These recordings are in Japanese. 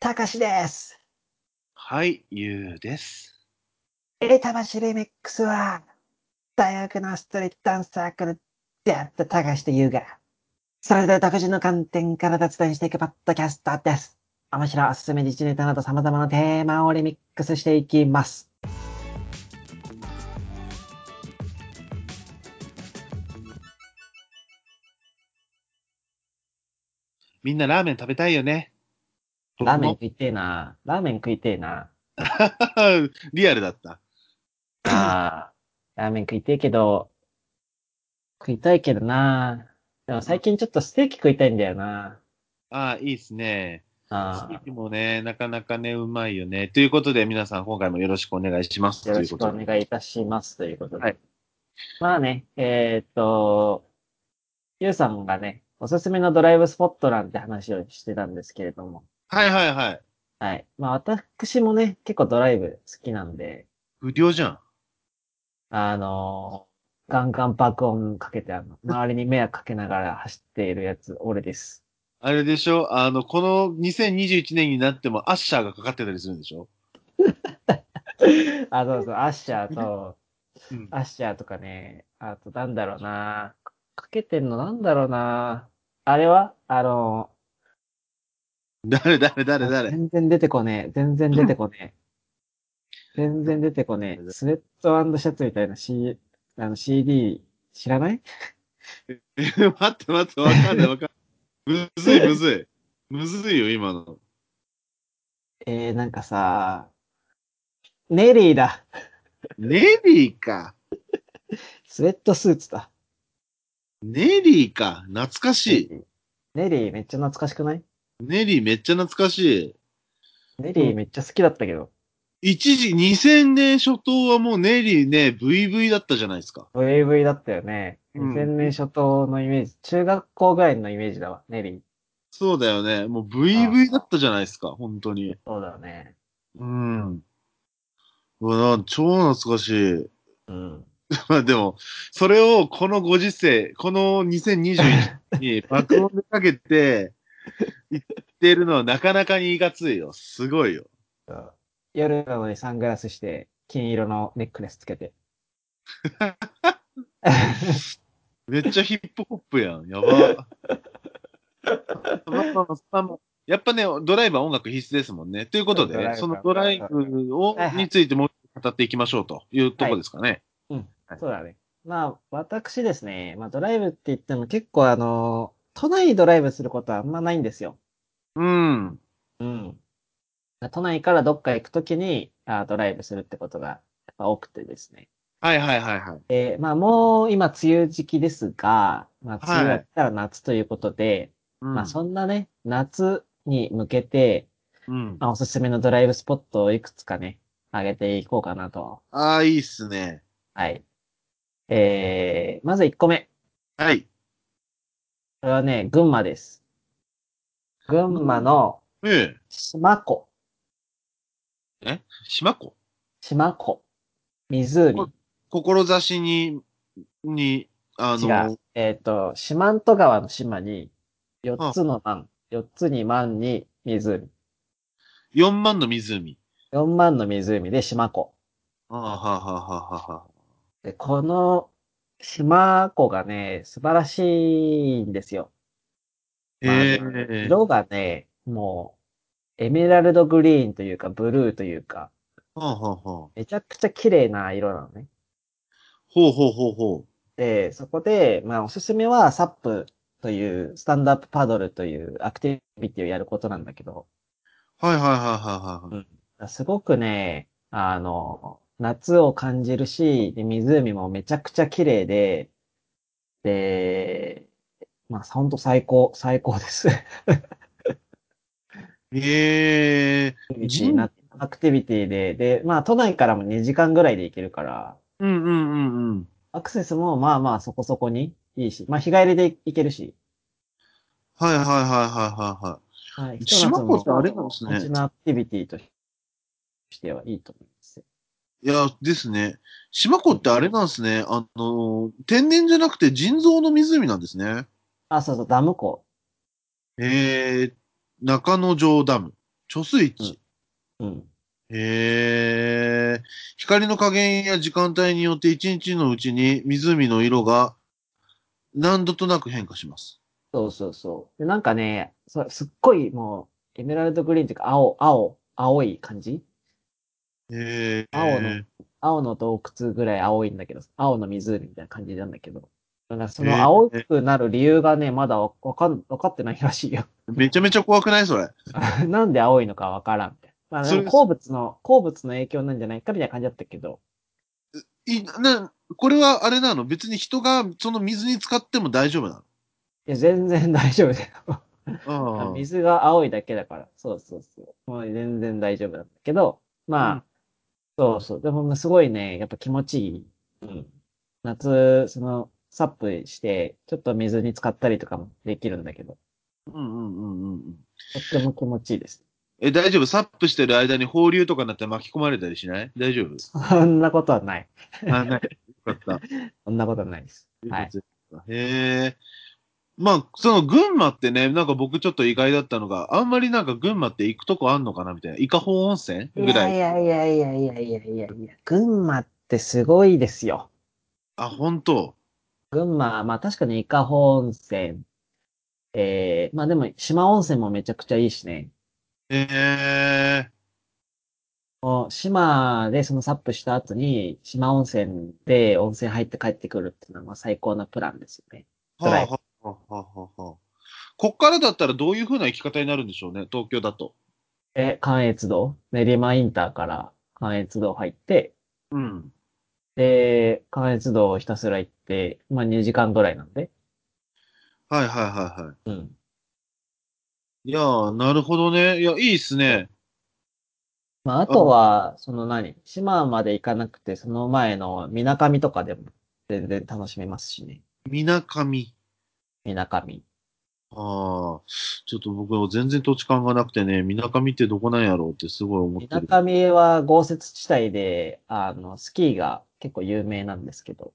たかしです。はい、ゆうです。えたましリミックスは、大学のストリートダンスサークルであったたかしとゆうが、それで独自の観点から脱線していくパッドキャスターです。面白いおすすめ日ネタなど様々なテーマをリミックスしていきます。みんなラーメン食べたいよね。ラーメン食いてえな。ラーメン食いてえな。 リアルだった。ああ、ラーメン食いてえけど、食いたいけどな。でも最近ちょっとステーキ食いたいんだよな。ああ、いいっすね。あステーキもね、なかなかね、うまいよね。ということで、皆さん今回もよろしくお願いします。よろしくお願いいたします。ということで。はい、まあね、えー、っと、ゆうさんがね、おすすめのドライブスポットなんて話をしてたんですけれども。はいはいはい。はい。まあ私もね、結構ドライブ好きなんで。不良じゃん。あのー、ガンガン爆音かけて、あの、周りに迷惑かけながら走っているやつ、俺です。 あれでしょあの、この2021年になってもアッシャーがかかってたりするんでしょあ、そうそう、アッシャーと、うん、アッシャーとかね、あとなんだろうなかけてんのなんだろうなあれはあの誰誰誰誰 全然出てこねえ。全然出てこねえ。全然出てこねえ。スウェットシャツみたいな C、あの CD 知らないえ、待って待って、わかんないわかんない。むずいむずい。むずいよ、今の。えー、なんかさ、ネリーだ。ネリーか。スウェットスーツだ。ネリーか。懐かしい。ネリーめっちゃ懐かしくないネリーめっちゃ懐かしい。ネリーめっちゃ好きだったけど。一時、2000年初頭はもうネリーね、VV だったじゃないですか。 VV だったよね。2000年初頭のイメージ、うん、中学校ぐらいのイメージだわ、ネリー。そうだよね。もう VV だったじゃないですか、本当に。そうだよね。うん。うわ、超懐かしい。 うん。まあでも、それをこのご時世、この2021に爆音でかけて言ってるのはなかなかにいかついよ。すごいよ。夜なのにサングラスして、金色のネックレスつけて。めっちゃヒップホップやん。やば。やっぱね、ドライブは音楽必須ですもんね。ということで、そのドライブを、についても語っていきましょうというとこですかね。はいうん、そうだね。まあ、私ですね、まあ、ドライブって言っても結構あの、都内ドライブすることはあんまないんですよ。うん。うん。都内からどっか行くときにあドライブするってことが多くてですね。はいはいはいはい。えー、まあもう今梅雨時期ですが、まあ梅雨が来たら夏ということで、はい、まあそんなね、夏に向けて、うん、まあ、おすすめのドライブスポットをいくつかね、あげていこうかなと。ああ、いいっすね。はい。えー、まず1個目。はい。これはね、群馬です。群馬の、ええ。島湖。え島湖島湖。湖。志に、に、あの。違う。えっ、ー、と、四万十川の島に、4つの万、4つに万に湖。 4万の湖。 4万の湖で島湖。ああ、はあ、はあ、はあ、はあ。で、この島湖がね、素晴らしいんですよ。まあ、えー、色がね、もう、エメラルドグリーンというか、ブルーというか、はあはあ、めちゃくちゃ綺麗な色なのね。ほうほうほうほう。で、そこで、まあ、おすすめは、サップという、スタンドアップパドルというアクティビティをやることなんだけど。はいはいはいはいはい、うん。すごくね、あの、夏を感じるし、で、湖もめちゃくちゃ綺麗で、で、まあ、ほんと最高、最高ですええー。アクティビティで、で、まあ、都内からも2時間ぐらいで行けるから、うんうんうんうん。アクセスもまあまあそこそこにいいし、まあ、日帰りで行けるし。。はいはいはいはいはいはい。島子ってあれなんですね。街のアクティビティとしてはいいと思います。いや、ですね。島湖ってあれなんですね。あの、天然じゃなくて人造の湖なんですね。あ、そうそう、ダム湖。えー、中野城ダム。貯水池。うん。へえ。光の加減や時間帯によって一日のうちに湖の色が何度となく変化します。そうそうそう。で、なんかね、そうすっごいもう、エメラルドグリーンっていうか、青、青、青い感じへえ。青の青の洞窟ぐらい青いんだけど、青の湖みたいな感じなんだけど。なんかそへーの青くなる理由がね、まだわわかん、わかってないらしいよ。 めちゃめちゃ怖くないそれ。なんで青いのかわからんみたいな。まあ、それなんか鉱物の、鉱物の影響なんじゃないかみたいな感じだったけど。いなこれはあれなの別に人がその水に浸かっても大丈夫ないや、全然大丈夫だよ。のああ。水が青いだけだから。そうそうそう。もう全然大丈夫なんだけど、まあ、うんそうそう。でも、すごいね、やっぱ気持ちいい。うん。夏、その、サップして、ちょっと水に浸かったりとかもできるんだけど、うんうんうんうんうん。とっても気持ちいいです。え、大丈夫サップしてる間に放流とかになって巻き込まれたりしない大丈夫そんなことはない。あ、ない。よかった。そんなことはないです。はい。へえ。まあ、その群馬ってね、なんか僕ちょっと意外だったのが、あんまりなんか群馬って行くとこあんのかなみたいな。伊香保温泉ぐらい。やいやいやいやいやいやいや、群馬ってすごいですよ。あ、本当群馬、まあ確かに伊香保温泉。えー、まあでも、島温泉もめちゃくちゃいいしね。へえ。もう島でそのサップした後に、島温泉で温泉入って帰ってくるっていうのはまあ最高なプランですよね。ドライブはあ、はあはあはあはあこっからだったらどういう風な行き方になるんでしょうね、東京だと。で、関越道、練馬インターから関越道入って、うん。で、関越道をひたすら行って、まあ2時間ぐらいなんで。はいはいはいはうん。い。いやー、なるほどね。いや、いいっすね。まああとは、その何、島まで行かなくて、その前の水上とかでも全然楽しめますしね。みなかみ。水上。ああ、ちょっと僕は全然土地勘がなくてね、みなかみってどこなんやろうってすごい思って水る。上は豪雪地帯で、あの、スキーが結構有名なんですけど。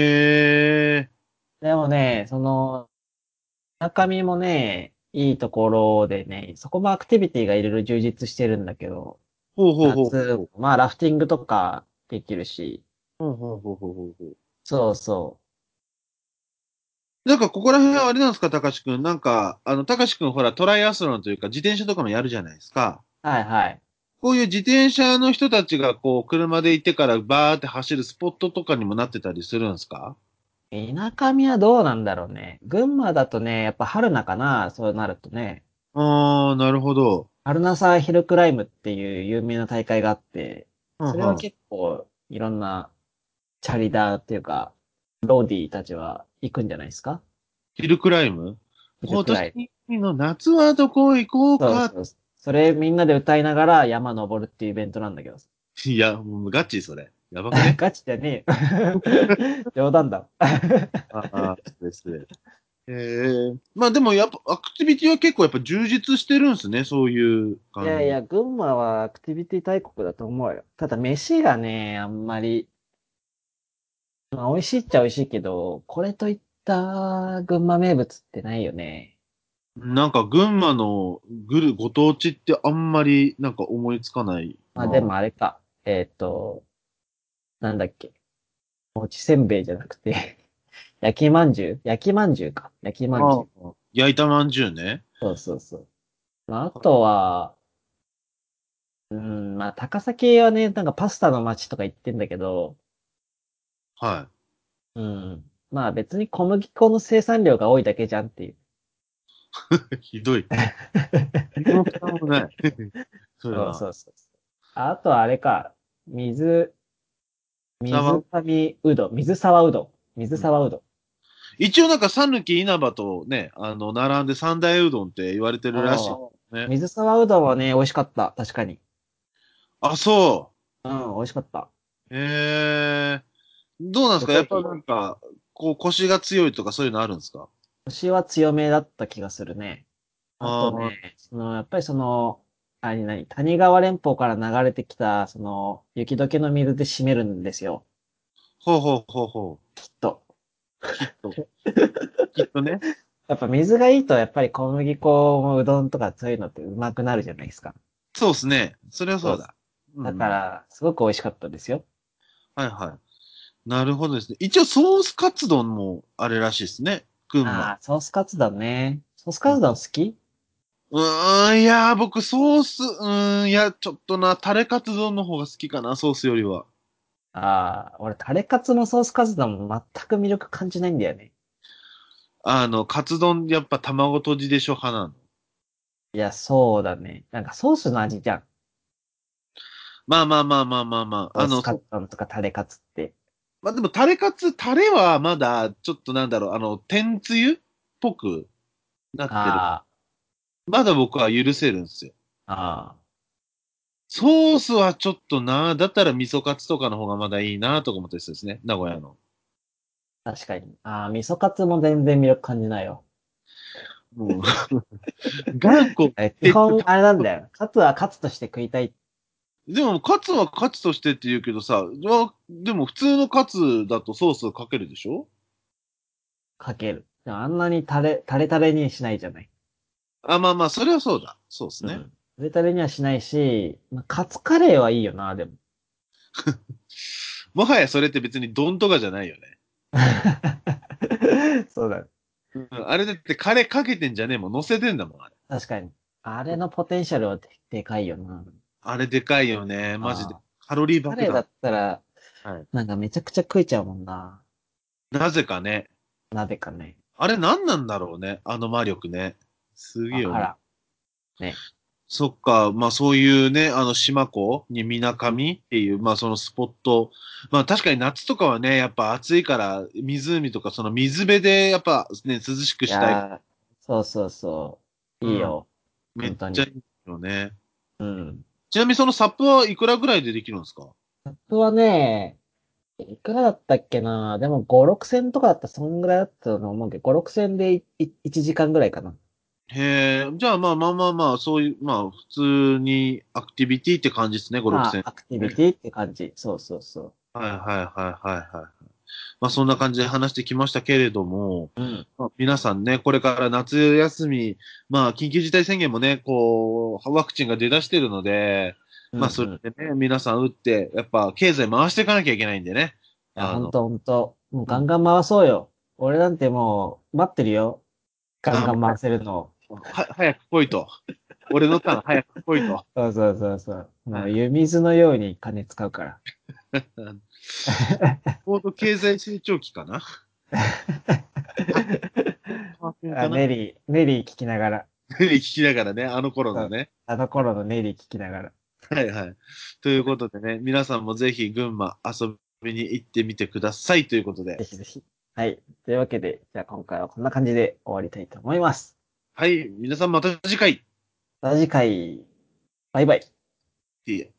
へえ。でもね、その、中身もね、いいところでね、そこもアクティビティがいろいろ充実してるんだけど、ほうほうほう。夏、まあラフティングとかできるし、ほうほうほうほうほうほう。そうそなんかここら辺はあれなんですか、たかしくん。なんか、あの、たかしくんほら、トライアスロンというか、自転車とかもやるじゃないですか。う。はいはい。こういう自転車の人たちがこう、車で行ってからバーって走るスポットとかにもなってたりするんですか田舎みはどうなんだろうね。群馬だとね、やっぱ春菜かな、そうなるとね。ああ、なるほど。春菜サーヒルクライムっていう有名な大会があって、うんうんそれは結構いろんなチャリダーっていうか、ローディーたちは行くんじゃないですかヒルクライムヒ今ルクライム年の夏はどこ行こうそうか。そうそうそれみんなで歌いながら山登るっていうイベントなんだけど。いや、もうガチそれ。やばくねガチじゃねえよ。冗談だ。 ああ、ですね。ええまあでもやっぱ、アクティビティは結構やっぱ充実してるんですね、そういう感いじ。やいや、群馬はアクティビティ大国だと思うよ。ただ飯がね、あんまり、まあ美味しいっちゃ美味しいけど、これといった群馬名物ってないよね。なんか群馬のぐるご当地ってあんまりなんか思いつかない。まあでもあれか。えっ、と、なんだっけ。もちせんべいじゃなくて、 焼きまんじゅう焼きまんじゅうか。焼きまんじゅう。ああ焼いたまんじゅうね。そうそうそう。まあ、あとは、うん、まあ、高崎はね、なんかパスタの街とか言ってんだけど、はうん。まあ別に小麦粉の生産量が多いだけじゃんっていう。い。 ひどい。何の負担もない。 そそれうは。そうそう。あとはあれか、水、水沢上うどん、水沢うどん、水沢うどん。一応なんか讃岐稲葉とね、あの、並んで三大うどんって言われてるらしい。あねー水沢うどんはね、美味しかった。確かに。あ、そうん、美味しかった。う。へえ。どうなんですかやっぱなんか、こう、腰が強いとかそういうのあるんですか腰は強めだった気がするね。あーあとね、その、やっぱりその、あれ何、谷川連峰から流れてきた、その、雪解けの水で締めるんですよ。ほうほうほうほきっと。う。きっと。きっとね。やっぱ水がいいと、やっぱり小麦粉もうどんとかそういうのってうまくなるじゃないですか。そうですね。それはそうだ。だか、ら、すごく美味しかったですよ。はいはい。なるほどですね。一応ソースカツ丼もあれらしいですね。群あ馬。あ、ソースカツ丼ね。ソースカツ丼好き、うーん、いやー、僕ソース、うーん、いや、ちょっとな、タレカツ丼の方が好きかな、ソースよりは。ああ、俺、タレカツもソースカツ丼も全く魅力感じないんだよね。あの、カツ丼、やっぱ卵とじでしょ派なの。いや、そうだね。なんかソースの味じゃん。まあまあまあまあまあまソあ。あーのス、カツ丼とかタレカツって。まあでもタレカツ、タレはまだ、ちょっとなんだろう、あの、天つゆっぽくなってる。あまだ僕は許せるんですよ。あ、ああ。ソースはちょっとな、だったら味噌カツとかの方がまだいいなとか思ったりするんですね、名古屋の。確かに。ああ、味噌カツも全然魅力感じないよ。 もう頑固。え基本、あれなんだよ。カツはカツとして食いたい。でも、カツはカツとしてって言うけどさ、じゃあでも普通のカツだとソースかけるでしょかける。でもあんなにタレ、タレタレにしないじゃない。あ、まあまあ、それはそうだ。そうですね。うんタレタレにはしないし、まあカツカレーはいいよな、でも。 もはやそれって別に丼とかじゃないよね。そうだ。うん、あれだってカレーかけてんじゃねえもん、乗せてんだもん、あれ。確かに。あれのポテンシャルはででかいよな。あれでかいよね、マジであ。カロリーー。カ爆レーだ弾っ。たら、はいなんかめちゃくちゃ食えちゃうもんな。なぜかね。なぜかね。あれ何なんだろうね、あの魔力ね。すげえあよね。ら。そっか、まあそういうね、あの島港に水上っていう、まあそのスポット。まあ確かに夏とかはね、やっぱ暑いから湖とかその水辺でやっぱね、涼しくいしたい。やーそうそうそう。いいよ。めっ本当ちゃにいいよね。うん。ちなみにそのサップはいくらぐらいでできるんですか僕はね、いくらだったっけなでも5、6千とかだったらそんぐらいだったと思うけど、5、6千でいい1時間ぐらいかな。へえ、じゃあまあまあまあまあ、そういう、まあ普通にアクティビティって感じですね、5、ま6あ千。アクティビティって感じ。そうそうそはいはいはいはいはい。まあそんな感じで話してきましたけれども、う。うん。まあ、皆さんね、これから夏休み、まあ、緊急事態宣言もね、こう、ワクチンが出だしてるので、まあ、それでね、皆さん打って、やっぱ、経済回していかなきゃいけないんでね。いや、あほんのとほんと。もうガンガン回そうよ。俺なんてもう、待ってるよ。ガンガン回せるのを。は、早く来いと。俺のターン、早く来い と。そうそうそうそう。もはうい湯水のように金使うから。高度経済成長期か な。パーセントあかなネリー、ネリー聞きながら。 聞きながらね、あの頃のね。あの頃のネリー聞きながら。はいはい。ということでね、皆さんもぜひ群馬遊びに行ってみてくださいということでぜ。ひぜひ。はい。というわけで、じゃあ今回はこんな感じで終わりたいと思います。はい、皆さんまた次回。また次回、バイバイ。いいえ